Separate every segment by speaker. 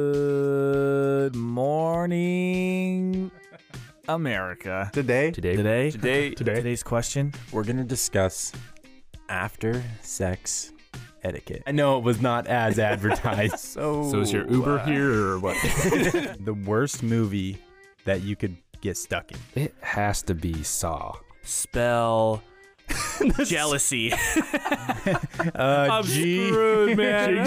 Speaker 1: Good morning, America.
Speaker 2: Today,
Speaker 3: Today,
Speaker 1: Today,
Speaker 4: Today,
Speaker 1: today's question.
Speaker 2: we're going to discuss after sex etiquette.
Speaker 3: I know it was not as advertised.
Speaker 2: So,
Speaker 4: so is your Uber here or what?
Speaker 3: uh, the worst movie that you could get stuck in.
Speaker 5: It has to be Saw.
Speaker 1: Spell jealousy.
Speaker 3: Uh,
Speaker 1: I'm
Speaker 3: G.
Speaker 1: screwed, man.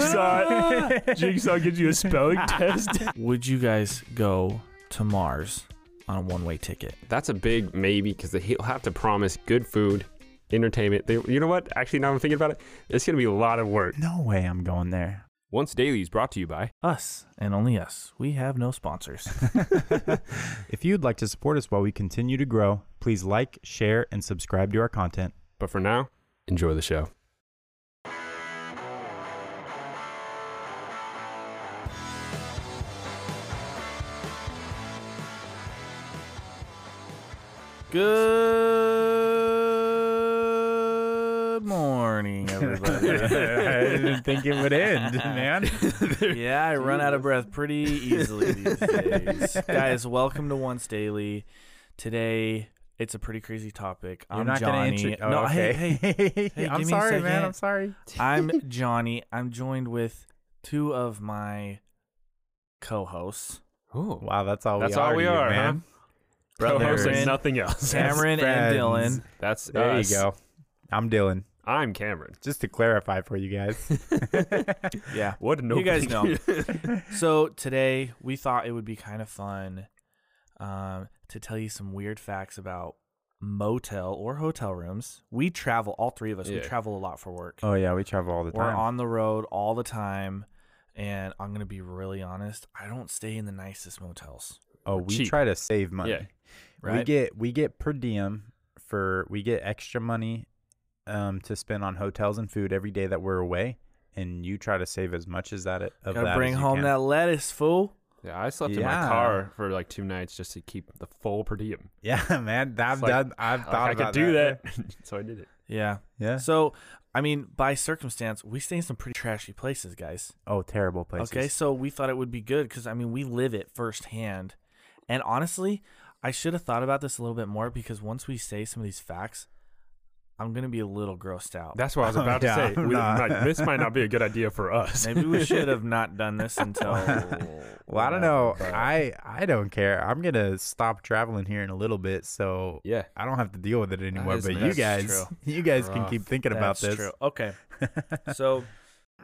Speaker 4: Jigsaw gives you a spelling test.
Speaker 1: Would you guys go to Mars on a one-way ticket?
Speaker 5: That's a big maybe because he'll have to promise good food, entertainment. They, you know what? Actually, now I'm thinking about it, it's going to be a lot of work.
Speaker 3: No way I'm going there.
Speaker 4: Once Daily is brought to you by.
Speaker 1: Us and only us. We have no sponsors.
Speaker 3: If you'd like to support us while we continue to grow, please like, share, and subscribe to our content.
Speaker 5: But for now, enjoy the show.
Speaker 1: Good morning, everybody.
Speaker 3: didn't think it would end, man.
Speaker 1: yeah, I run out of breath pretty easily these days. Guys, welcome to Once Daily. Today, it's a pretty crazy topic. I'm
Speaker 3: You're not
Speaker 1: Johnny.
Speaker 3: going to intro.
Speaker 1: no,
Speaker 3: Oh, okay.
Speaker 1: hey, hey, hey,
Speaker 3: I'm
Speaker 1: give me a
Speaker 3: sorry, man.
Speaker 1: second.
Speaker 3: I'm sorry.
Speaker 1: I'm Johnny. I'm joined with two of my co-hosts,
Speaker 5: Oh,
Speaker 3: Wow, that's all
Speaker 5: That's
Speaker 3: we are.
Speaker 5: all we
Speaker 3: to you,
Speaker 5: are, huh?
Speaker 3: man.
Speaker 5: co-host
Speaker 1: Cameron-
Speaker 5: and nothing else.
Speaker 1: Cameron and
Speaker 3: friends.
Speaker 1: Dylan.
Speaker 5: That's
Speaker 3: There
Speaker 5: us.
Speaker 3: you go. I'm Dylan.
Speaker 5: I'm Cameron.
Speaker 3: Just to clarify for you guys.
Speaker 1: Yeah.
Speaker 5: What an
Speaker 1: You guys
Speaker 5: opening.
Speaker 1: So today we thought it would be kind of fun um, to tell you some weird facts about motel or hotel rooms. We travel, all three of us. We
Speaker 5: Yeah.
Speaker 1: travel a lot for work.
Speaker 3: oh yeah, we travel all the
Speaker 1: We're
Speaker 3: time.
Speaker 1: on the road all the time, and I'm gonna be really honest. I don't stay in the nicest motels.
Speaker 3: oh, we
Speaker 5: cheap.
Speaker 3: try to save money.
Speaker 5: Yeah.
Speaker 1: Right?
Speaker 3: We get we get per diem for we get extra money um to spend on hotels and food every day that we're away, and you try to save as much as that of
Speaker 1: Gotta
Speaker 3: that
Speaker 1: bring
Speaker 3: as you
Speaker 1: home
Speaker 3: can.
Speaker 1: that lettuce, fool.
Speaker 5: yeah, I slept in
Speaker 3: Yeah.
Speaker 5: my car for like two nights just to keep the full per diem.
Speaker 3: Yeah, man, that,
Speaker 5: It's like,
Speaker 3: that I've
Speaker 5: Like,
Speaker 3: thought
Speaker 5: I
Speaker 3: about
Speaker 5: could do that, so I did it.
Speaker 1: Yeah.
Speaker 3: Yeah.
Speaker 1: So, I mean, by circumstance, we stay in some pretty trashy places, guys.
Speaker 3: Oh, terrible places.
Speaker 1: Okay, so we thought it would be good because I mean we live it firsthand, and honestly, I should have thought about this a little bit more because once we say some of these facts, I'm gonna be a little grossed out.
Speaker 5: That's what I was
Speaker 3: Oh,
Speaker 5: about
Speaker 3: yeah,
Speaker 5: to say.
Speaker 3: I'm
Speaker 5: We-
Speaker 3: not-
Speaker 5: might- this might not be a good idea for us.
Speaker 1: Maybe we should have not done this until.
Speaker 3: Well, I don't know. I I don't care. I'm gonna stop traveling here in a little bit, so
Speaker 5: Yeah.
Speaker 3: I don't have to deal with it anymore.
Speaker 5: is
Speaker 3: But you
Speaker 5: nice.
Speaker 3: guys,
Speaker 1: True.
Speaker 3: you guys can
Speaker 5: Rough.
Speaker 3: keep thinking about
Speaker 1: That's
Speaker 3: this.
Speaker 1: True. Okay, so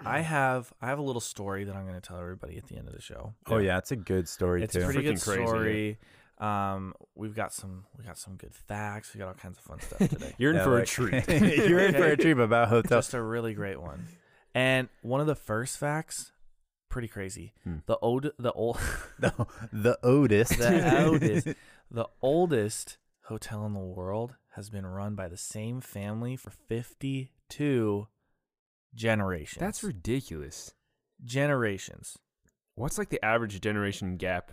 Speaker 1: I have I have a little story that I'm gonna tell everybody at the end of the show.
Speaker 3: Oh yeah, it's a good story
Speaker 1: it's
Speaker 3: too.
Speaker 1: a pretty good
Speaker 5: Freaking crazy, yeah.
Speaker 1: story. Um, we've got some we got some good facts. We got all kinds of fun stuff today.
Speaker 5: You're in
Speaker 3: Yeah,
Speaker 5: for a
Speaker 3: like-
Speaker 5: treat.
Speaker 3: You're in for a treat about hotels.
Speaker 1: just a really great one. And one of the first facts, pretty crazy.
Speaker 5: Hmm.
Speaker 1: The old, the old,
Speaker 3: the, the Otis.
Speaker 1: the oldest, the oldest hotel in the world has been run by the same family for fifty-two generations.
Speaker 5: That's ridiculous.
Speaker 1: generations.
Speaker 5: What's like the average generation gap?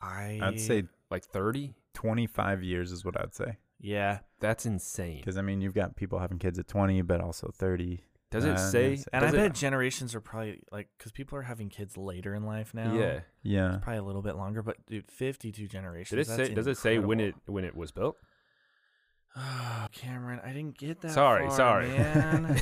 Speaker 1: I
Speaker 3: I'd say
Speaker 5: Like 30?
Speaker 3: 25 years is what I'd say.
Speaker 1: yeah,
Speaker 5: That's insane.
Speaker 3: Because I mean, you've got people having kids at 20, but also 30.
Speaker 5: Does it
Speaker 3: Uh,
Speaker 5: say?
Speaker 3: that's-
Speaker 1: and
Speaker 5: does
Speaker 1: I
Speaker 5: it-
Speaker 1: bet generations are probably like because people are having kids later in life now.
Speaker 5: Yeah.
Speaker 3: Yeah.
Speaker 1: probably a little bit longer, but dude, fifty-two generations.
Speaker 5: Did it say?
Speaker 1: that's
Speaker 5: Does it say when it
Speaker 1: incredible.
Speaker 5: when it was built?
Speaker 1: Oh, Cameron, I didn't get that.
Speaker 5: sorry,
Speaker 1: far,
Speaker 5: sorry.
Speaker 1: man.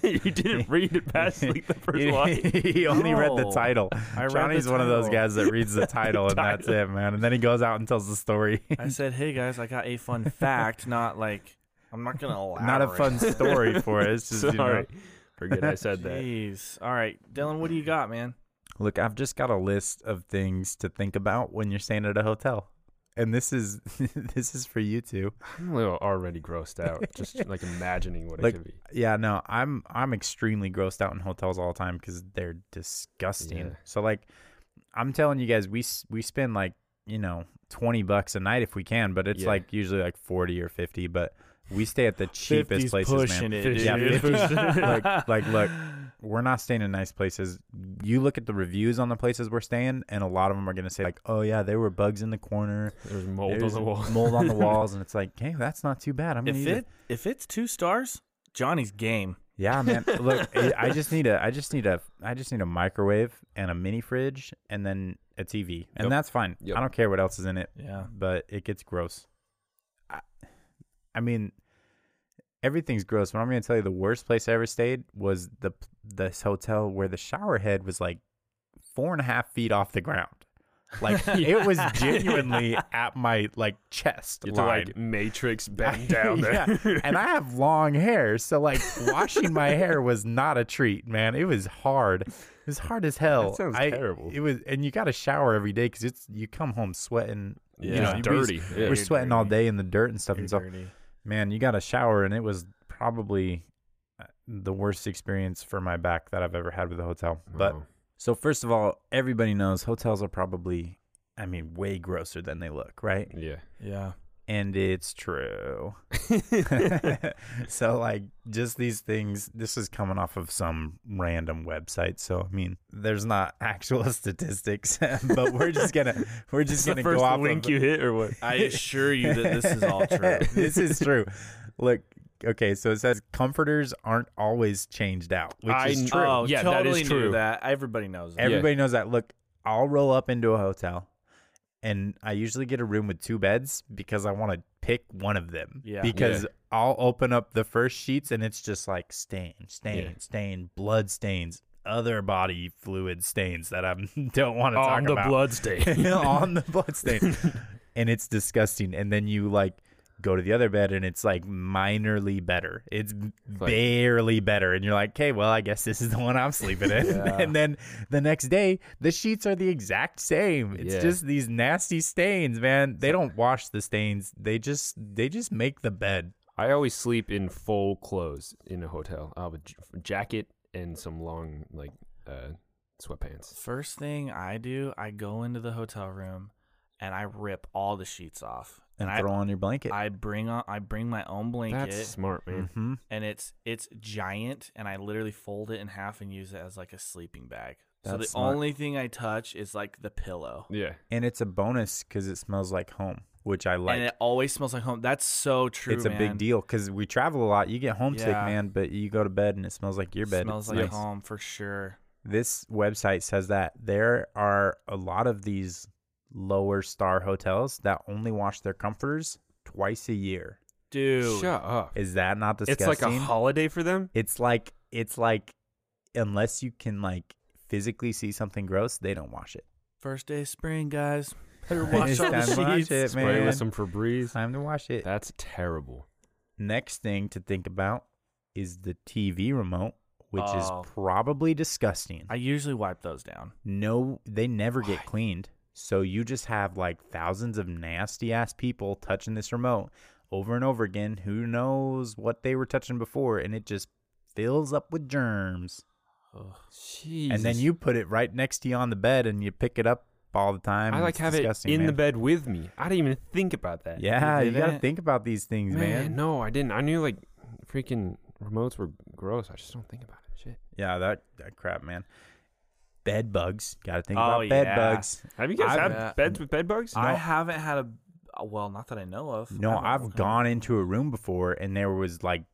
Speaker 5: you didn't read it past like the first line.
Speaker 3: he only read the
Speaker 1: No.
Speaker 3: title.
Speaker 1: I read the
Speaker 3: Johnny's one of those
Speaker 1: title.
Speaker 3: guys that reads the title and that's it, man. And then he goes out and tells the story.
Speaker 1: I said, "Hey guys, I got a fun fact." Not like I'm not gonna elaborate.
Speaker 3: Not a fun story for it. It's just, you know.
Speaker 5: Sorry, forget I said that.
Speaker 1: Jeez. All right, Dylan, what do you got, man?
Speaker 3: Look, I've just got a list of things to think about when you're staying at a hotel. And this is this is for you two.
Speaker 5: I'm a little already grossed out just like imagining what
Speaker 3: Like,
Speaker 5: it could be.
Speaker 3: Yeah, no, I'm I'm extremely grossed out in hotels all the time because they're disgusting.
Speaker 5: Yeah.
Speaker 3: So like, I'm telling you guys, we s- we spend like you know twenty bucks a night if we can, but it's
Speaker 5: Yeah.
Speaker 3: like usually like forty or fifty. But we stay at the cheapest
Speaker 1: 50's
Speaker 3: places,
Speaker 1: pushing
Speaker 3: man.
Speaker 1: it,
Speaker 5: Fifty
Speaker 3: Yeah,
Speaker 1: dude.
Speaker 5: is
Speaker 3: 50's like like look, we're not staying in nice places. You look at the reviews on the places we're staying, and a lot of them are gonna say like, oh yeah, there were bugs in the corner,
Speaker 5: There's mold on
Speaker 3: there's
Speaker 5: the wall.
Speaker 3: mold on the walls, and it's like, hey, that's not too bad. I'm gonna
Speaker 1: If
Speaker 3: use it.
Speaker 1: it if it's two stars, Johnny's game.
Speaker 3: Yeah, man. Look, I I just need a, I just need a, I just need a microwave and a mini fridge, and then a TV, and
Speaker 5: Yep.
Speaker 3: that's fine.
Speaker 5: Yep.
Speaker 3: I don't care what else is in it,
Speaker 1: Yeah.
Speaker 3: but it gets gross. I, I mean, everything's gross. But I'm gonna tell you, the worst place I ever stayed was the p- this hotel where the shower head was like four and a half feet off the ground. Like it was genuinely at my like chest
Speaker 5: You have to
Speaker 3: line.
Speaker 5: like Matrix bend down there.
Speaker 3: yeah. And I have long hair, so like washing my hair was not a treat, man. It was hard. It was hard as hell.
Speaker 5: That sounds
Speaker 3: I-
Speaker 5: terrible.
Speaker 3: It was, and you got to shower every day because it's you come home sweating.
Speaker 5: Yeah.
Speaker 3: you know,
Speaker 5: It's
Speaker 3: we was-
Speaker 5: dirty.
Speaker 3: We're,
Speaker 5: Yeah. You're
Speaker 3: sweating all day in the dirt and stuff, and so man, you got to shower, and it was probably uh, the worst experience for my back that I've ever had with a hotel. But
Speaker 5: Wow.
Speaker 3: so first of all, everybody knows hotels are probably, I mean, way grosser than they look, right?
Speaker 5: yeah.
Speaker 1: Yeah.
Speaker 3: and it's true. so like just these things this is coming off of some random website. So I mean, there's not actual statistics, but we're just going to we're just going to go off of,
Speaker 5: hit or what?
Speaker 1: I assure you that this is all true.
Speaker 3: this is true. Look, okay, so it says comforters aren't always changed out, which
Speaker 5: I
Speaker 3: is
Speaker 5: kn-
Speaker 3: true.
Speaker 1: Oh,
Speaker 5: Yeah, that
Speaker 1: totally
Speaker 5: is
Speaker 1: knew
Speaker 5: true.
Speaker 1: that. Everybody knows that.
Speaker 3: Everybody knows that. Look, I'll roll up into a hotel and I usually get a room with two beds because I want to pick one of them.
Speaker 1: Yeah.
Speaker 3: Because I'll open up the first sheets and it's just like stain, stain,
Speaker 5: Yeah.
Speaker 3: stain, blood stains, other body fluid stains that I don't want to talk
Speaker 4: on the
Speaker 3: about.
Speaker 4: blood state.
Speaker 3: on the blood stain. and it's disgusting. And then you like go to the other bed and it's like minorly better. It's
Speaker 5: like-
Speaker 3: barely better. And you're like, okay, well, I guess this is the one I'm sleeping in. and then the next day, the sheets are the exact same. It's
Speaker 5: Yeah.
Speaker 3: just these nasty stains, man. They don't wash the stains. They just they just make the bed.
Speaker 5: I always sleep in full clothes in a hotel. I have a j- jacket and some long like uh, sweatpants.
Speaker 1: First thing I do, I go into the hotel room and I rip all the sheets off.
Speaker 3: And,
Speaker 1: I
Speaker 3: throw on your blanket.
Speaker 1: I bring on I bring my own blanket
Speaker 5: That's smart, man.
Speaker 3: hmm
Speaker 1: and it's it's giant and I literally fold it in half and use it as like a sleeping bag. so the
Speaker 3: That's smart.
Speaker 1: only thing I touch is like the pillow.
Speaker 5: Yeah.
Speaker 3: And it's a bonus because it smells like home, which I like.
Speaker 1: and it always smells like home. That's so true.
Speaker 3: it's a
Speaker 1: man.
Speaker 3: big deal because we travel a lot. You get homesick,
Speaker 1: Yeah.
Speaker 3: man, but you go to bed and it smells like your bed.
Speaker 1: Smells
Speaker 3: It's
Speaker 1: like
Speaker 3: nice.
Speaker 1: home for sure.
Speaker 3: This website says that there are a lot of these lower star hotels that only wash their comforters twice a year.
Speaker 1: Dude.
Speaker 5: Shut up.
Speaker 3: Is that not
Speaker 5: It's
Speaker 3: disgusting?
Speaker 5: like a holiday for them.
Speaker 3: it's like it's like unless you can like physically see something gross, they don't wash it.
Speaker 1: First day of spring, guys. Better wash
Speaker 3: It's
Speaker 1: all
Speaker 3: time to
Speaker 1: the
Speaker 3: wash
Speaker 1: sheets.
Speaker 3: it,
Speaker 5: Spray
Speaker 3: man.
Speaker 5: with some Febreze.
Speaker 3: Time to wash it.
Speaker 5: That's terrible.
Speaker 3: Next thing to think about is the TV remote, which
Speaker 1: Oh.
Speaker 3: is probably disgusting.
Speaker 1: I usually wipe those down.
Speaker 3: no they never get cleaned so you just have like thousands of nasty ass people touching this remote over and over again who knows what they were touching before and it just fills up with germs
Speaker 5: Jeez.
Speaker 3: and then you put it right next to you on the bed and you pick it up all the time
Speaker 5: I
Speaker 3: and
Speaker 5: like
Speaker 3: it's
Speaker 5: have it
Speaker 3: disgusting,
Speaker 5: in the
Speaker 3: man.
Speaker 5: bed with me. I didn't even think about that.
Speaker 3: yeah
Speaker 1: You
Speaker 3: you
Speaker 1: did
Speaker 3: gotta
Speaker 1: it?
Speaker 3: think about these things
Speaker 5: Man,
Speaker 3: man,
Speaker 5: no, I didn't. I knew like freaking remotes were gross. I just don't think about it. Shit.
Speaker 3: yeah that, that crap man bed bugs gotta think
Speaker 1: Oh,
Speaker 3: about bed
Speaker 1: yeah.
Speaker 3: bugs
Speaker 5: Have you guys
Speaker 3: I've-
Speaker 5: had
Speaker 1: Yeah.
Speaker 5: beds with bed bugs?
Speaker 1: I haven't had a well, not that I know of. I
Speaker 3: no
Speaker 1: haven't-
Speaker 3: i've gone into a room before and there was like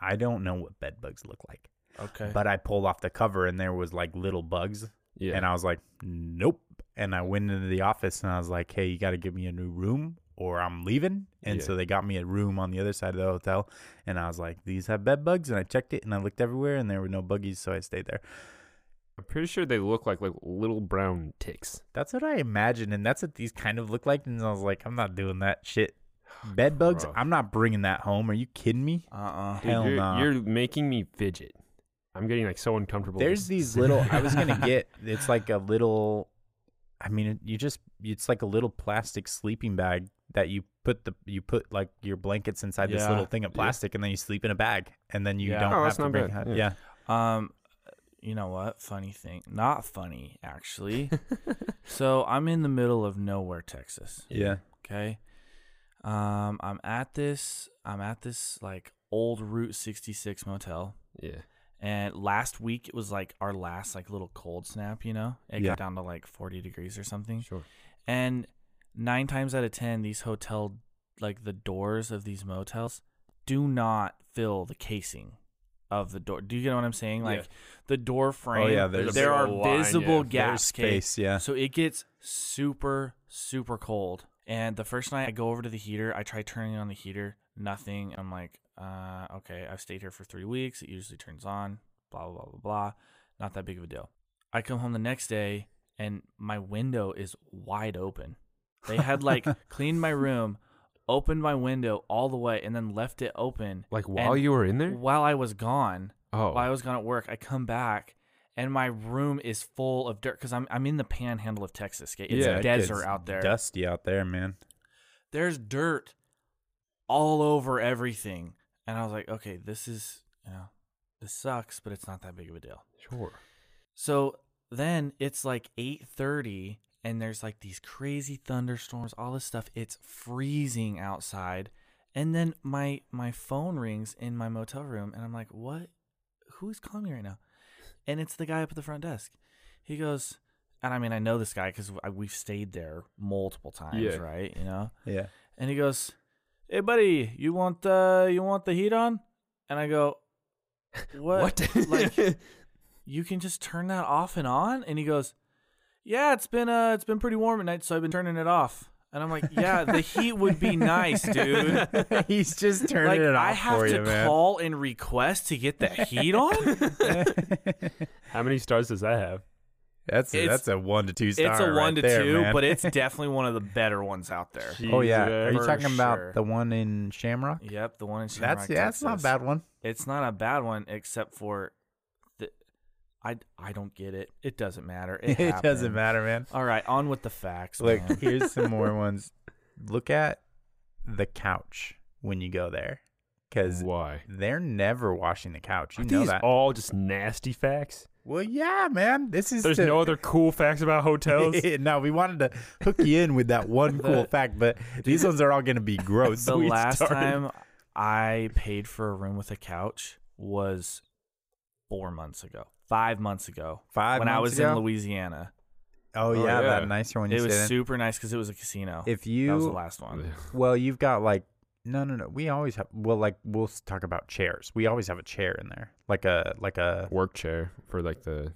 Speaker 3: i don't know what bed bugs look like
Speaker 1: Okay.
Speaker 3: but I pulled off the cover and there was like little bugs,
Speaker 5: Yeah.
Speaker 3: and I was like, nope. And I went into the office and I was like, hey, you got to give me a new room or I'm leaving. And
Speaker 5: Yeah.
Speaker 3: so they got me a room on the other side of the hotel, and I was like, these have bed bugs, and I checked it and I looked everywhere and there were no buggies, so I stayed there.
Speaker 5: I'm pretty sure they look like like little brown ticks.
Speaker 3: That's what I imagined, and that's what these kind of look like. And I was like, I'm not doing that shit. Bed bugs,
Speaker 5: Gross.
Speaker 3: I'm not bringing that home. Are you kidding me?
Speaker 1: uh uh
Speaker 5: Dude,
Speaker 3: Hell
Speaker 5: you're,
Speaker 3: nah.
Speaker 5: you're making me fidget. I'm getting like so uncomfortable.
Speaker 3: There's these little. I was gonna get. It's like a little. I mean, it- you just. It's like a little plastic sleeping bag that you put the you put like your blankets inside this
Speaker 1: Yeah.
Speaker 3: little thing of
Speaker 5: Yeah.
Speaker 3: plastic, and then you sleep in a bag, and then you
Speaker 1: Yeah.
Speaker 3: don't
Speaker 5: Oh,
Speaker 3: have
Speaker 5: that's
Speaker 3: to
Speaker 5: not
Speaker 3: bring.
Speaker 5: bad.
Speaker 3: Yeah.
Speaker 5: Yeah.
Speaker 3: yeah.
Speaker 1: Um, you know what? Funny thing, not funny actually. so I'm in the middle of nowhere, Texas.
Speaker 3: Yeah.
Speaker 1: Okay. Um, I'm at this. I'm at this like old Route 66 motel.
Speaker 5: yeah.
Speaker 1: And last week it was like our last like little cold snap, you know? It
Speaker 3: Yeah.
Speaker 1: got down to like 40 degrees or something.
Speaker 5: Sure.
Speaker 1: And 9 times out of 10 these hotel like the doors of these motels do not fill the casing of the door. Do you get what I'm saying?
Speaker 5: Yeah.
Speaker 1: Like the door frame.
Speaker 3: Oh, yeah, there's a
Speaker 1: there
Speaker 5: big
Speaker 1: are
Speaker 5: old line,
Speaker 1: visible
Speaker 5: yeah. There's
Speaker 1: gaps. Kate.
Speaker 3: space, yeah.
Speaker 1: So it gets super super cold. And the first night I go over to the heater, I try turning on the heater, nothing. I'm like, uh, okay, I've stayed here for three weeks. It usually turns on. Blah blah blah blah blah. Not that big of a deal. I come home the next day and my window is wide open. They had like cleaned my room, opened my window all the way, and then left it open.
Speaker 5: Like while
Speaker 1: And
Speaker 5: you were in there?
Speaker 1: while I was gone,
Speaker 5: Oh.
Speaker 1: while I was gone at work, I come back and my room is full of dirt because I'm I'm in the panhandle of Texas. Kate. It's
Speaker 3: yeah,
Speaker 1: a
Speaker 3: it
Speaker 1: desert
Speaker 3: gets
Speaker 1: out there.
Speaker 3: Dusty out there, man.
Speaker 1: There's dirt all over everything, and I was like, okay, this is you know, this sucks, but it's not that big of a deal.
Speaker 5: Sure.
Speaker 1: So then it's like 8:30 and there's like these crazy thunderstorms, all this stuff. It's freezing outside. And then my my phone rings in my motel room and I'm like, "What? Who's calling me right now?" And it's the guy up at the front desk. He goes, and I mean, I know this guy cuz we've stayed there multiple times,
Speaker 5: Yeah.
Speaker 1: right? You know.
Speaker 3: Yeah.
Speaker 1: And he goes, "Hey buddy, you want uh you want the heat on?" And I go, "What?" like you can just turn that off and on and he goes yeah it's been uh it's been pretty warm at night so i've been turning it off and i'm like yeah the heat would be nice dude
Speaker 3: He's just turning
Speaker 1: like
Speaker 3: it off
Speaker 1: i have
Speaker 3: for
Speaker 1: to
Speaker 3: you, man.
Speaker 1: call and request to get the heat on
Speaker 5: How many stars does that have?
Speaker 3: That's a,
Speaker 1: It's-
Speaker 3: that's a one to two star.
Speaker 1: it's a one
Speaker 3: right
Speaker 1: to
Speaker 3: there,
Speaker 1: two
Speaker 3: man.
Speaker 1: but it's definitely one of the better ones out there
Speaker 3: oh yeah. Are
Speaker 1: for
Speaker 3: you
Speaker 5: Jesus.
Speaker 3: talking
Speaker 1: sure.
Speaker 3: about the one in Shamrock?
Speaker 1: yep the one in Shamrock,
Speaker 3: That's yeah, that's not a
Speaker 1: Texas.
Speaker 3: bad one.
Speaker 1: it's not a bad one except for the, i i don't get it it doesn't matter it,
Speaker 3: It, doesn't
Speaker 1: happened.
Speaker 3: matter, man.
Speaker 1: all right on with the facts
Speaker 3: Look,
Speaker 1: man.
Speaker 3: here's some more ones. Look at the couch when you go there, because
Speaker 5: Why?
Speaker 3: they're never washing the couch. You
Speaker 5: Are
Speaker 3: know
Speaker 5: these
Speaker 3: that.
Speaker 5: all just nasty facts?
Speaker 3: well, yeah, man. This is
Speaker 5: There's
Speaker 3: the-
Speaker 5: no other cool facts about hotels?
Speaker 3: no, we wanted to hook you in with that one cool fact, but these ones are all going to be gross.
Speaker 1: the
Speaker 3: We
Speaker 1: last
Speaker 3: started-
Speaker 1: time I paid for a room with a couch was four months ago, five months ago.
Speaker 3: Five
Speaker 1: when I
Speaker 3: months
Speaker 1: was
Speaker 3: ago?
Speaker 1: in Louisiana,
Speaker 3: Oh,
Speaker 5: Oh,
Speaker 3: yeah,
Speaker 5: yeah.
Speaker 3: that nicer one you
Speaker 1: it was
Speaker 3: said.
Speaker 1: super nice because it was a casino.
Speaker 3: if
Speaker 1: that was the
Speaker 3: you
Speaker 1: last one.
Speaker 3: well, you've got like no, no, no. We always have. Well, like we'll s- talk about chairs. We always have a chair in there, like a like a
Speaker 5: Work chair for like the.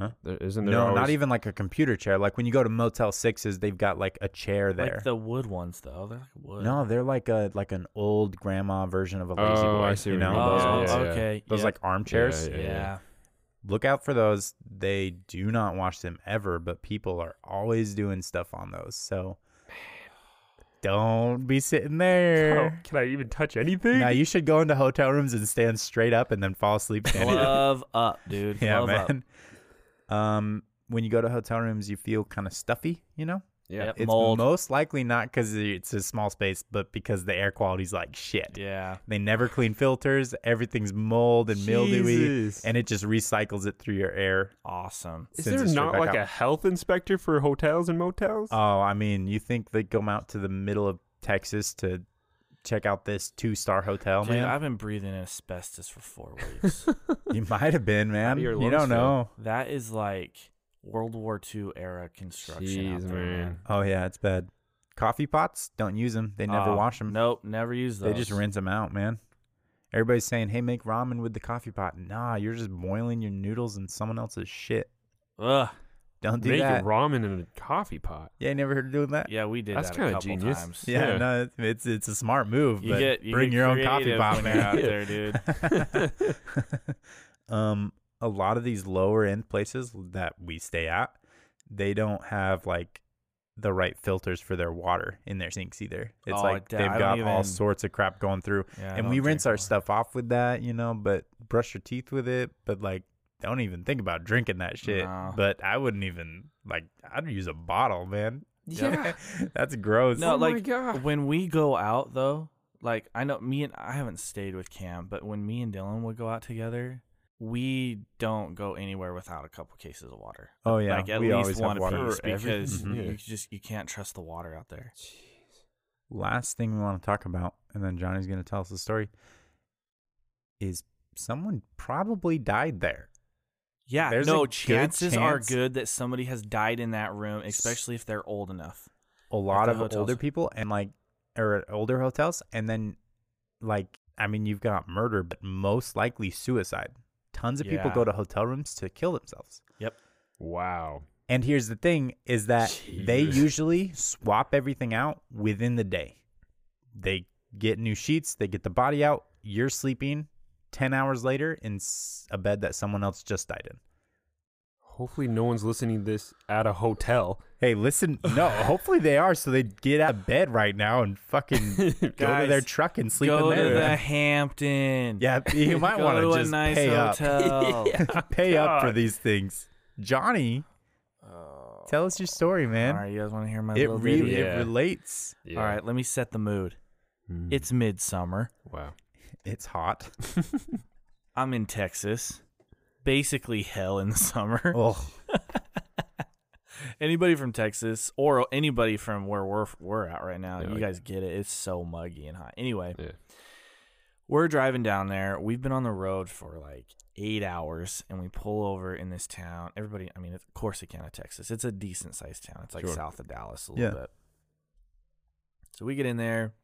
Speaker 3: Huh?
Speaker 5: There, isn't there
Speaker 3: no,
Speaker 5: always-
Speaker 3: not even like a computer chair. Like when you go to Motel Sixes, they've got like a chair there.
Speaker 1: Like the wood ones though, they're like wood.
Speaker 3: no, they're like a like an old grandma version of a
Speaker 5: Oh,
Speaker 3: lazy boy.
Speaker 5: I see
Speaker 3: you
Speaker 5: what
Speaker 3: know
Speaker 5: you mean.
Speaker 1: oh,
Speaker 3: those
Speaker 5: Yeah,
Speaker 3: ones,
Speaker 5: yeah, yeah.
Speaker 1: okay,
Speaker 3: those
Speaker 1: yeah.
Speaker 3: like armchairs.
Speaker 5: yeah,
Speaker 1: yeah.
Speaker 5: yeah.
Speaker 3: look out for those. They do not wash them ever, but people are always doing stuff on those. So don't be sitting
Speaker 5: Oh,
Speaker 3: there.
Speaker 5: can I even touch anything?
Speaker 3: Now you should go into hotel rooms and stand straight up and then fall asleep. standing up.
Speaker 1: Glove up, dude.
Speaker 3: yeah,
Speaker 1: Glove up.
Speaker 3: man. Um, when you go to hotel rooms, you feel kind of stuffy. You know,
Speaker 5: yeah.
Speaker 1: Yep.
Speaker 3: it's
Speaker 1: Mold.
Speaker 3: most likely not because it's a small space, but because the air quality's like shit.
Speaker 1: Yeah.
Speaker 3: They never clean filters. Everything's mold and mildewy,
Speaker 5: Jesus.
Speaker 3: and it just recycles it through your air.
Speaker 1: Awesome.
Speaker 5: Is
Speaker 3: sends
Speaker 5: there
Speaker 3: it straight
Speaker 5: not
Speaker 3: back
Speaker 5: like
Speaker 3: out.
Speaker 5: a health inspector for hotels and motels?
Speaker 3: Oh, I mean, you think they go out to the middle of Texas to check out this two star hotel,
Speaker 1: Dude,
Speaker 3: man?
Speaker 1: I've been breathing in asbestos for four weeks.
Speaker 3: you might have been, man.
Speaker 5: of your
Speaker 3: You
Speaker 5: lungs,
Speaker 3: don't
Speaker 5: Phil.
Speaker 3: know.
Speaker 1: that is like World War II era construction out
Speaker 5: Jeez,
Speaker 1: there,
Speaker 5: man.
Speaker 1: man.
Speaker 3: Oh yeah, it's bad. Coffee pots, don't use them. They never
Speaker 1: Uh,
Speaker 3: wash them.
Speaker 1: Nope, never use
Speaker 3: they
Speaker 1: those.
Speaker 3: just rinse them out, man. Everybody's saying, "Hey, make ramen with the coffee pot." Nah, you're just boiling your noodles in someone else's shit.
Speaker 1: Ugh.
Speaker 3: Don't do
Speaker 5: Make
Speaker 3: that.
Speaker 5: ramen in a coffee pot.
Speaker 3: Yeah, you never heard of doing that?
Speaker 1: Yeah, we did
Speaker 5: That's
Speaker 1: that a
Speaker 5: kinda
Speaker 1: couple
Speaker 5: genius.
Speaker 1: times.
Speaker 3: Yeah,
Speaker 5: Yeah.
Speaker 3: no, it's it's a smart move.
Speaker 1: You
Speaker 3: but
Speaker 1: get you
Speaker 3: bring
Speaker 1: get
Speaker 3: your own coffee
Speaker 1: creative
Speaker 3: pot,
Speaker 1: when you're
Speaker 3: man.
Speaker 1: out there, dude.
Speaker 3: um, a lot of these lower end places that we stay at, they don't have like the right filters for their water in their sinks either. It's
Speaker 1: Oh,
Speaker 3: like
Speaker 1: I- I
Speaker 3: they've
Speaker 1: don't
Speaker 3: got all
Speaker 1: even-
Speaker 3: sorts of crap going through,
Speaker 1: Yeah, I
Speaker 3: and we
Speaker 1: don't
Speaker 3: rinse
Speaker 1: drink
Speaker 3: our
Speaker 1: water.
Speaker 3: stuff off with that, you know. But brush your teeth with it, but like. Don't even think about drinking that shit.
Speaker 1: No.
Speaker 3: But I wouldn't even like. I'd use a bottle, man.
Speaker 5: Yeah.
Speaker 3: that's gross.
Speaker 1: No,
Speaker 5: Oh my
Speaker 1: like
Speaker 5: God.
Speaker 1: when we go out though, like I know me and I haven't stayed with Cam, but when me and Dylan would go out together, we don't go anywhere without a couple cases of water.
Speaker 3: Oh yeah,
Speaker 1: like at
Speaker 3: we always
Speaker 1: least
Speaker 3: have
Speaker 1: one
Speaker 3: water. Mm-hmm.
Speaker 1: apiece
Speaker 5: For everything.
Speaker 1: because
Speaker 5: Mhm. Yeah.
Speaker 1: you just you can't trust the water out there.
Speaker 3: last thing we want to talk about, and then Johnny's going to tell us the story, is someone probably died there.
Speaker 1: Yeah,
Speaker 3: There's a
Speaker 1: no
Speaker 3: good
Speaker 1: chances are
Speaker 3: chance-
Speaker 1: good that somebody has died in that room, especially if they're old enough.
Speaker 3: A lot
Speaker 1: the
Speaker 3: of
Speaker 1: hotels.
Speaker 3: older people and like, or at older hotels, and then like I mean, you've got murder, but most likely suicide. Tons of people
Speaker 1: Yeah.
Speaker 3: go to hotel rooms to kill themselves.
Speaker 5: Wow.
Speaker 3: And here's the thing is that they
Speaker 5: Jeez.
Speaker 3: usually swap everything out within the day. They get new sheets, they get the body out, you're sleeping 10 hours later in s- a bed that someone else just died in.
Speaker 5: Hopefully, no one's listening to this at a hotel.
Speaker 3: Hey, listen, no, hopefully they are so they get out of bed right now and fucking go to
Speaker 1: Guys,
Speaker 3: their truck and sleep
Speaker 1: Go
Speaker 3: in
Speaker 1: to
Speaker 3: there.
Speaker 1: the Hampton.
Speaker 3: yeah, you might
Speaker 1: Go
Speaker 3: want
Speaker 1: to
Speaker 3: to
Speaker 1: a
Speaker 3: just
Speaker 1: nice
Speaker 3: pay up.
Speaker 1: hotel.
Speaker 3: pay up for
Speaker 4: God.
Speaker 3: these things. Johnny, tell us your story,
Speaker 1: Oh. All
Speaker 3: man.
Speaker 1: right, you guys want to hear my
Speaker 3: it
Speaker 1: little video?
Speaker 3: really
Speaker 5: Yeah.
Speaker 3: it relates.
Speaker 5: Yeah.
Speaker 1: All right, let me set the mood.
Speaker 3: Hmm.
Speaker 5: Mm.
Speaker 1: It's midsummer.
Speaker 5: wow.
Speaker 3: It's hot.
Speaker 1: I'm in Texas. Basically hell in the summer.
Speaker 3: Oh,
Speaker 1: Anybody from Texas or anybody from where we're we're at right now,
Speaker 5: Yeah,
Speaker 1: you
Speaker 5: like-
Speaker 1: guys get it. It's so muggy and hot. Anyway,
Speaker 5: Yeah.
Speaker 1: we're driving down there. We've been on the road for like eight hours, and we pull over in this town. Everybody, I mean, it's Corsicana, Texas. It's a decent sized town. It's like
Speaker 5: Sure.
Speaker 1: south of Dallas a little
Speaker 3: Yeah.
Speaker 1: bit. So we get in there,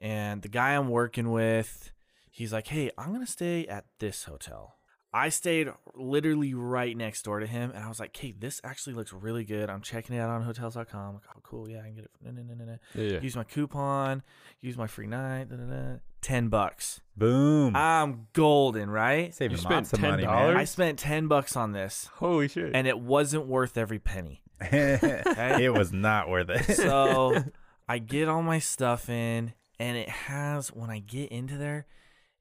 Speaker 1: and the guy I'm working with, he's like, "Hey, I'm gonna stay at this hotel." I stayed literally right next door to him, and I was like, "Hey, this actually looks really good. I'm checking it out on Hotels.com. Like, oh, cool, yeah, I can get it. No, no, no, no, no.
Speaker 5: Yeah.
Speaker 1: Use my coupon. Use my free night. Da, da, da. Ten bucks.
Speaker 3: boom.
Speaker 1: I'm golden, right?
Speaker 3: Saving
Speaker 5: You spent
Speaker 3: lots of money,
Speaker 1: I
Speaker 3: man.
Speaker 1: spent ten bucks on this,
Speaker 5: Holy shit.
Speaker 1: and it wasn't worth every penny. Okay?
Speaker 3: it was not worth it.
Speaker 1: so I get all my stuff in, and it has when I get into there,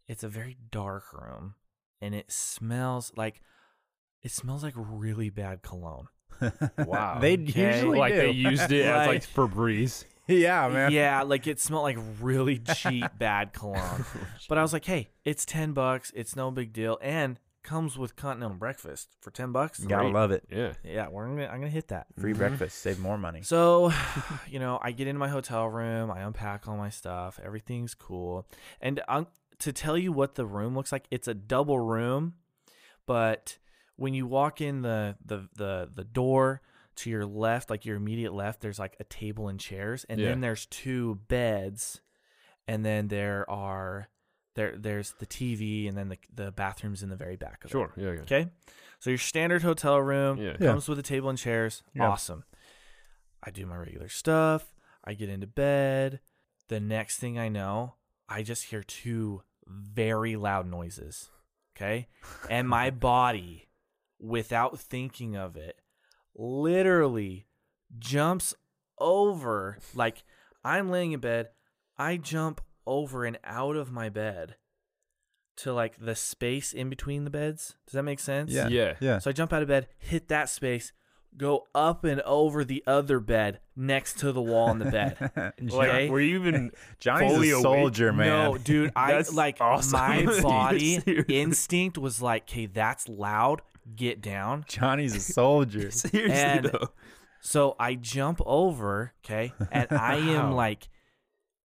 Speaker 1: it's a very dark room, and it smells like it smells like really bad cologne.
Speaker 5: Wow.
Speaker 3: they
Speaker 1: Okay.
Speaker 3: usually
Speaker 5: like
Speaker 3: do.
Speaker 5: they used it as like Febreze.
Speaker 3: yeah, Oh, man.
Speaker 1: Yeah, like it smelled like really cheap bad cologne.
Speaker 3: Oh,
Speaker 1: but I was like, hey, it's ten bucks, it's no big deal, and comes with continental breakfast for ten bucks.
Speaker 3: Gotta
Speaker 1: Great.
Speaker 3: love it. Mm-hmm.
Speaker 5: Yeah.
Speaker 1: Yeah, we're gonna, I'm gonna hit that.
Speaker 3: Free breakfast, save more money.
Speaker 1: So, you know, I get into my hotel room, I unpack all my stuff, everything's cool. And um, to tell you what the room looks like, it's a double room, but when you walk in the the the, the door to your left, like your immediate left, there's like a table and chairs, and
Speaker 5: Yeah.
Speaker 1: then there's two beds, and then there are there there's the TV, and then the the bathrooms in the very back of it.
Speaker 5: Sure. Yeah. yeah.
Speaker 1: Okay. So your standard hotel room
Speaker 5: Yeah.
Speaker 3: Yeah.
Speaker 1: comes with a table and chairs.
Speaker 3: Yeah.
Speaker 1: Awesome. I do my regular stuff. I get into bed. The next thing I know, I just hear two very loud noises. Okay. And my body, without thinking of it, literally jumps over. Like I'm laying in bed. I jump over and out of my bed to like the space in between the beds. Does that make sense?
Speaker 3: Yeah.
Speaker 5: Yeah.
Speaker 3: Yeah.
Speaker 1: So I jump out of bed, hit that space, go up and over the other bed next to the wall in the bed.
Speaker 4: Like,
Speaker 1: Okay.
Speaker 4: were you even?
Speaker 3: Johnny's
Speaker 4: Fully
Speaker 3: a
Speaker 4: awake.
Speaker 3: soldier, man.
Speaker 1: No, dude, I
Speaker 4: That's
Speaker 1: like
Speaker 4: awesome.
Speaker 1: my
Speaker 4: Dude,
Speaker 1: body
Speaker 4: seriously.
Speaker 1: instinct was like, "Okay, that's loud. Get down."
Speaker 3: Johnny's a soldier.
Speaker 5: Seriously
Speaker 1: And-
Speaker 5: though.
Speaker 1: So I jump over, okay, and I am
Speaker 5: Wow.
Speaker 1: like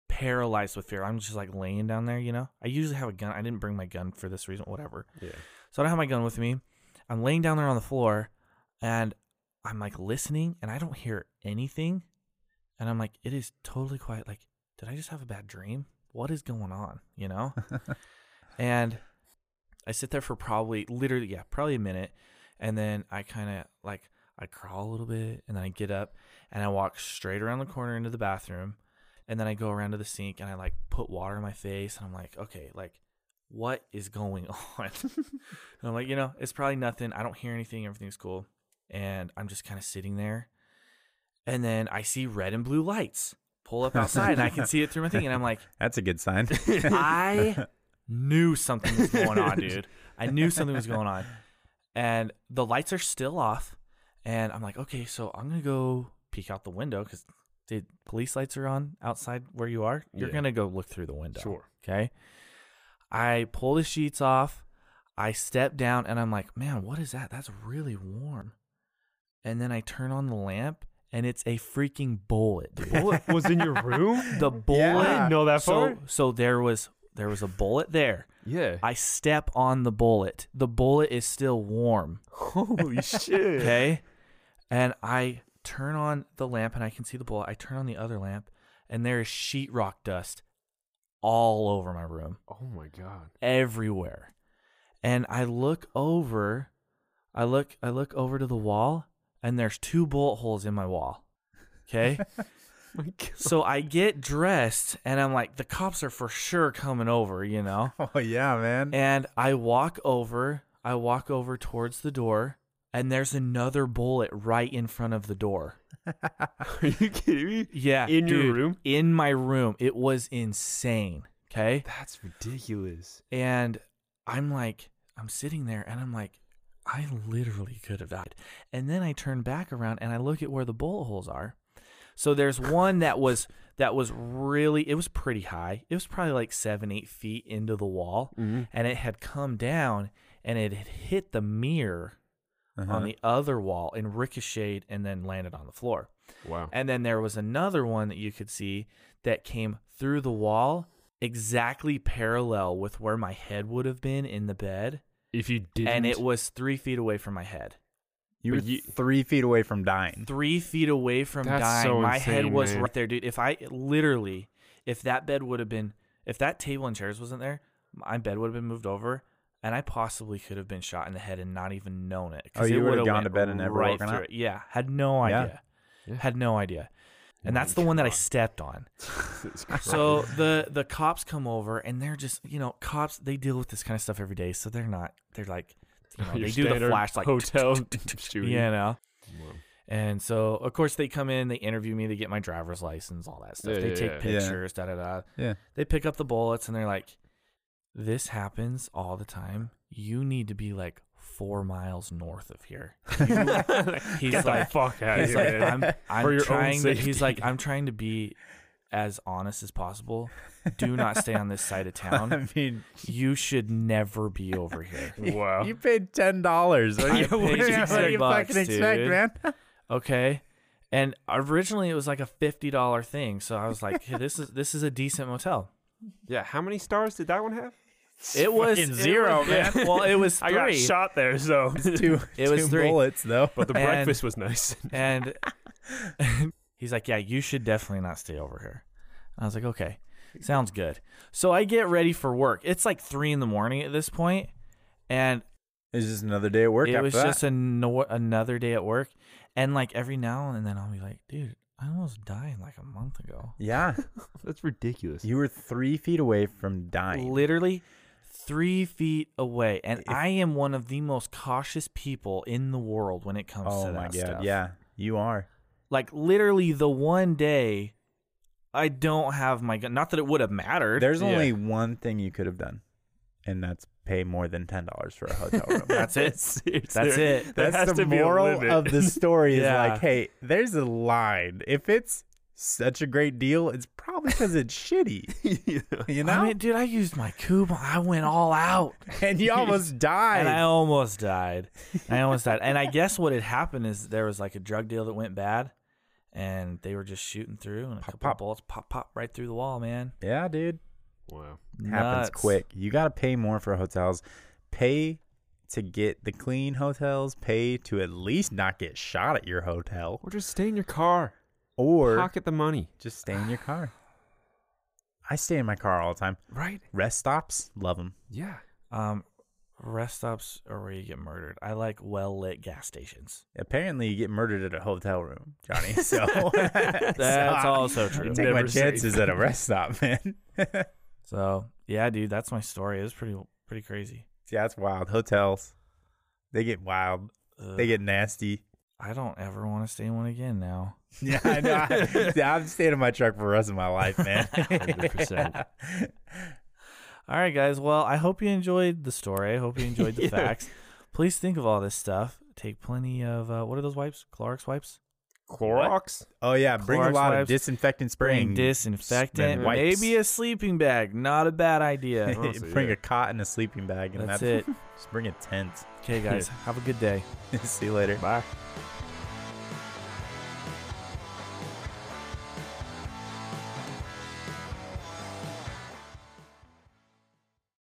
Speaker 1: paralyzed with fear. I'm just like laying down there, you know. I usually have a gun. I didn't bring my gun for this reason, whatever.
Speaker 5: Yeah.
Speaker 1: So I don't have my gun with me. I'm laying down there on the floor and I'm like listening and I don't hear anything. And I'm like, it is totally quiet. Like, did I just have a bad dream? What is going on? You know? and I sit there for probably, literally, yeah, probably a minute. And then I kind of like, I crawl a little bit and then I get up and I walk straight around the corner into the bathroom. And then I go around to the sink and I like put water in my face and I'm like, okay, like, what is going on? and I'm like, you know, it's probably nothing. I don't hear anything. Everything's cool. And I'm just kind of sitting there. And then I see red and blue lights pull up outside and I can see it through my thing. And I'm like,
Speaker 3: That's a good sign.
Speaker 1: I knew something was going on, dude. I knew something was going on. And the lights are still off. And I'm like, okay, so I'm going to go peek out the window because the police lights are on outside where you are. You're
Speaker 5: Yeah.
Speaker 1: going to go look through the window.
Speaker 5: Sure.
Speaker 1: Okay. I pull the sheets off. I step down and I'm like, man, what is that? That's really warm. And then I turn on the lamp and it's a freaking bullet. dude.
Speaker 4: Bullet was in your room.
Speaker 1: The bullet.
Speaker 4: I didn't know that far.
Speaker 1: So, so there was there was a bullet there.
Speaker 5: Yeah.
Speaker 1: I step on the bullet. The bullet is still warm.
Speaker 4: Holy shit!
Speaker 1: Okay. And I turn on the lamp and I can see the bullet. I turn on the other lamp and there is sheetrock dust all over my room,
Speaker 5: Oh my god.
Speaker 1: everywhere. And I look over, I look, I look over to the wall, and there's two bullet holes in my wall. Okay.
Speaker 5: My god.
Speaker 1: so I get dressed, and I'm like, the cops are for sure coming over, you know?
Speaker 3: Oh yeah, man.
Speaker 1: And I walk over, I walk over towards the door, and there's another bullet right in front of the door.
Speaker 5: Are you kidding me?
Speaker 1: Yeah.
Speaker 5: In your
Speaker 1: dude,
Speaker 5: room?
Speaker 1: In my room. It was insane. Okay.
Speaker 5: That's ridiculous.
Speaker 1: And I'm like, I'm sitting there and I'm like, I literally could have died. And then I turn back around and I look at where the bullet holes are. So there's one that was that was really it was pretty high. It was probably like seven, eight feet into the wall. And it had come down and it had hit the mirror
Speaker 3: Uh-huh.
Speaker 1: on the other wall and ricocheted and then landed on the floor.
Speaker 5: Wow.
Speaker 1: And then there was another one that you could see that came through the wall exactly parallel with where my head would have been in the bed.
Speaker 5: If you didn't
Speaker 1: And it was three feet away from my head.
Speaker 3: You were
Speaker 5: But you-
Speaker 3: three feet away from dying.
Speaker 1: Three feet away from
Speaker 5: That's
Speaker 1: dying.
Speaker 5: so
Speaker 1: my head
Speaker 5: insane,
Speaker 1: was
Speaker 5: man.
Speaker 1: right there, dude. If I literally, if that bed would have been, if that table and chairs wasn't there, my bed would have been moved over. And I possibly could have been shot in the head and not even known it. 'cause
Speaker 3: Oh, you
Speaker 1: it
Speaker 3: would have
Speaker 1: would've
Speaker 3: gone
Speaker 1: went
Speaker 3: to bed and never
Speaker 1: right
Speaker 3: woken
Speaker 1: through
Speaker 3: up?
Speaker 1: It. Yeah, had no
Speaker 3: Yeah.
Speaker 1: idea.
Speaker 5: Yeah.
Speaker 1: Had no idea. And that's the one that I stepped on.
Speaker 5: Jesus Christ.
Speaker 1: So the the cops come over and they're just you know cops they deal with this kind of stuff every day so they're not they're like you know,
Speaker 5: Your
Speaker 1: they do the
Speaker 5: standard
Speaker 1: flash like
Speaker 5: hotel shooting.
Speaker 1: you know
Speaker 5: Wow.
Speaker 1: and so of course they come in they interview me they get my driver's license all that stuff
Speaker 5: Yeah,
Speaker 1: they
Speaker 5: yeah,
Speaker 1: take
Speaker 5: yeah.
Speaker 3: Yeah.
Speaker 1: pictures da da da
Speaker 3: Yeah.
Speaker 1: they pick up the bullets and they're like this happens all the time you need to be like four miles north of here he's
Speaker 5: Get the
Speaker 1: like
Speaker 5: fuck out of
Speaker 1: He's
Speaker 5: here.
Speaker 1: like,
Speaker 5: man.
Speaker 1: I'm,
Speaker 5: For
Speaker 1: I'm
Speaker 5: your own
Speaker 1: trying to, he's like,
Speaker 5: safety.
Speaker 1: I'm trying to be as honest as possible. Do not stay on this side of town.
Speaker 3: I mean,
Speaker 1: You should never be over here.
Speaker 5: wow.
Speaker 3: you paid ten dollars. What do you,
Speaker 1: I
Speaker 3: what
Speaker 1: paid
Speaker 3: do you- what do
Speaker 1: 60
Speaker 3: you
Speaker 1: bucks,
Speaker 3: fucking expect,
Speaker 1: dude.
Speaker 3: man?
Speaker 1: Okay. And originally it was like a fifty dollar thing, so I was like, hey, this is this is a decent motel.
Speaker 5: yeah. How many stars did that one have?
Speaker 1: It was
Speaker 3: Fucking
Speaker 1: it
Speaker 3: zero,
Speaker 1: was- Well, it was
Speaker 4: I got
Speaker 1: three,
Speaker 4: shot there, so
Speaker 3: two,
Speaker 1: It was
Speaker 3: two
Speaker 1: three.
Speaker 3: bullets though.
Speaker 5: But the
Speaker 1: And-
Speaker 5: breakfast was nice.
Speaker 1: and he's like, yeah, you should definitely not stay over here. I was like, okay, sounds good. So I get ready for work. It's like three in the morning at this point, and
Speaker 3: It's just another day at work.
Speaker 1: it
Speaker 3: after
Speaker 1: was
Speaker 3: that.
Speaker 1: just a no- another day at work and like every now and then i'll be like dude i almost died like a month ago
Speaker 3: yeah.
Speaker 5: That's ridiculous.
Speaker 3: You were three feet away from dying.
Speaker 1: literally three feet away and i am one of the most cautious people in the world when it comes
Speaker 3: oh
Speaker 1: to
Speaker 3: my
Speaker 1: that
Speaker 3: god!
Speaker 1: stuff
Speaker 3: Yeah, you are.
Speaker 1: like literally the one day i don't have my gun not that it would have mattered
Speaker 3: There's
Speaker 5: Yeah.
Speaker 3: only one thing you could have done, and that's pay more than ten dollars for a hotel room.
Speaker 1: that's it
Speaker 5: Seriously,
Speaker 1: that's
Speaker 5: there-
Speaker 1: it
Speaker 5: there
Speaker 3: That's
Speaker 5: has
Speaker 3: the
Speaker 5: to be a
Speaker 3: moral
Speaker 5: limit.
Speaker 3: of the story. Is
Speaker 1: Yeah.
Speaker 3: like, hey, there's a line. If it's such a great deal, it's probably because it's shitty. You know,
Speaker 1: I mean, dude, I used my coupon. I went all out.
Speaker 3: and you almost died.
Speaker 1: and I almost died. I almost died. And I guess what had happened is there was like a drug deal that went bad, and they were just shooting through, and a couple
Speaker 3: pop.
Speaker 1: bullets pop pop right through the wall, man.
Speaker 3: yeah, dude,
Speaker 5: Wow.
Speaker 3: happens
Speaker 1: Nuts.
Speaker 3: quick. You got to pay more for hotels. Pay to get the clean hotels. Pay to at least not get shot at your hotel,
Speaker 5: Or just stay in your car.
Speaker 3: or
Speaker 5: Pocket the money.
Speaker 3: just stay in your car. I stay in my car all the time.
Speaker 5: Right?
Speaker 3: Rest stops, love them.
Speaker 5: Yeah.
Speaker 1: Um, rest stops are where you get murdered. I like well lit gas stations.
Speaker 3: Apparently, you get murdered at a hotel room, Johnny. So
Speaker 1: That's
Speaker 3: So,
Speaker 1: also
Speaker 3: I
Speaker 1: true.
Speaker 3: take my
Speaker 5: Never safe.
Speaker 3: chances at a rest stop, man. yeah,
Speaker 1: So yeah, dude, that's my story. It was pretty pretty crazy.
Speaker 3: that's wild. Hotels, they get wild.
Speaker 1: Ugh.
Speaker 3: They get nasty.
Speaker 1: I don't ever want to stay in one again now.
Speaker 3: Yeah, I know. I, I'm staying in my truck for the rest of my life, man.
Speaker 5: 100%.
Speaker 1: All right, guys. Well, I hope you enjoyed the story. I hope you enjoyed the
Speaker 5: Yeah.
Speaker 1: facts. Please think of all this stuff. Take plenty of uh, what are those wipes? Clorox wipes.
Speaker 5: Clorox?
Speaker 3: Oh yeah, bring a
Speaker 1: Clorox
Speaker 3: lot of
Speaker 1: wipes.
Speaker 3: disinfectant
Speaker 1: Bring
Speaker 3: spraying.
Speaker 1: disinfectant.
Speaker 3: and wipes.
Speaker 1: Maybe a sleeping bag. Not a bad idea.
Speaker 5: Honestly,
Speaker 3: bring
Speaker 5: yeah.
Speaker 3: a cot and a sleeping bag, and
Speaker 1: That's
Speaker 3: that's,
Speaker 1: it.
Speaker 3: Just bring a tent.
Speaker 1: Okay, guys. Have a good day.
Speaker 3: See you later.
Speaker 5: Bye.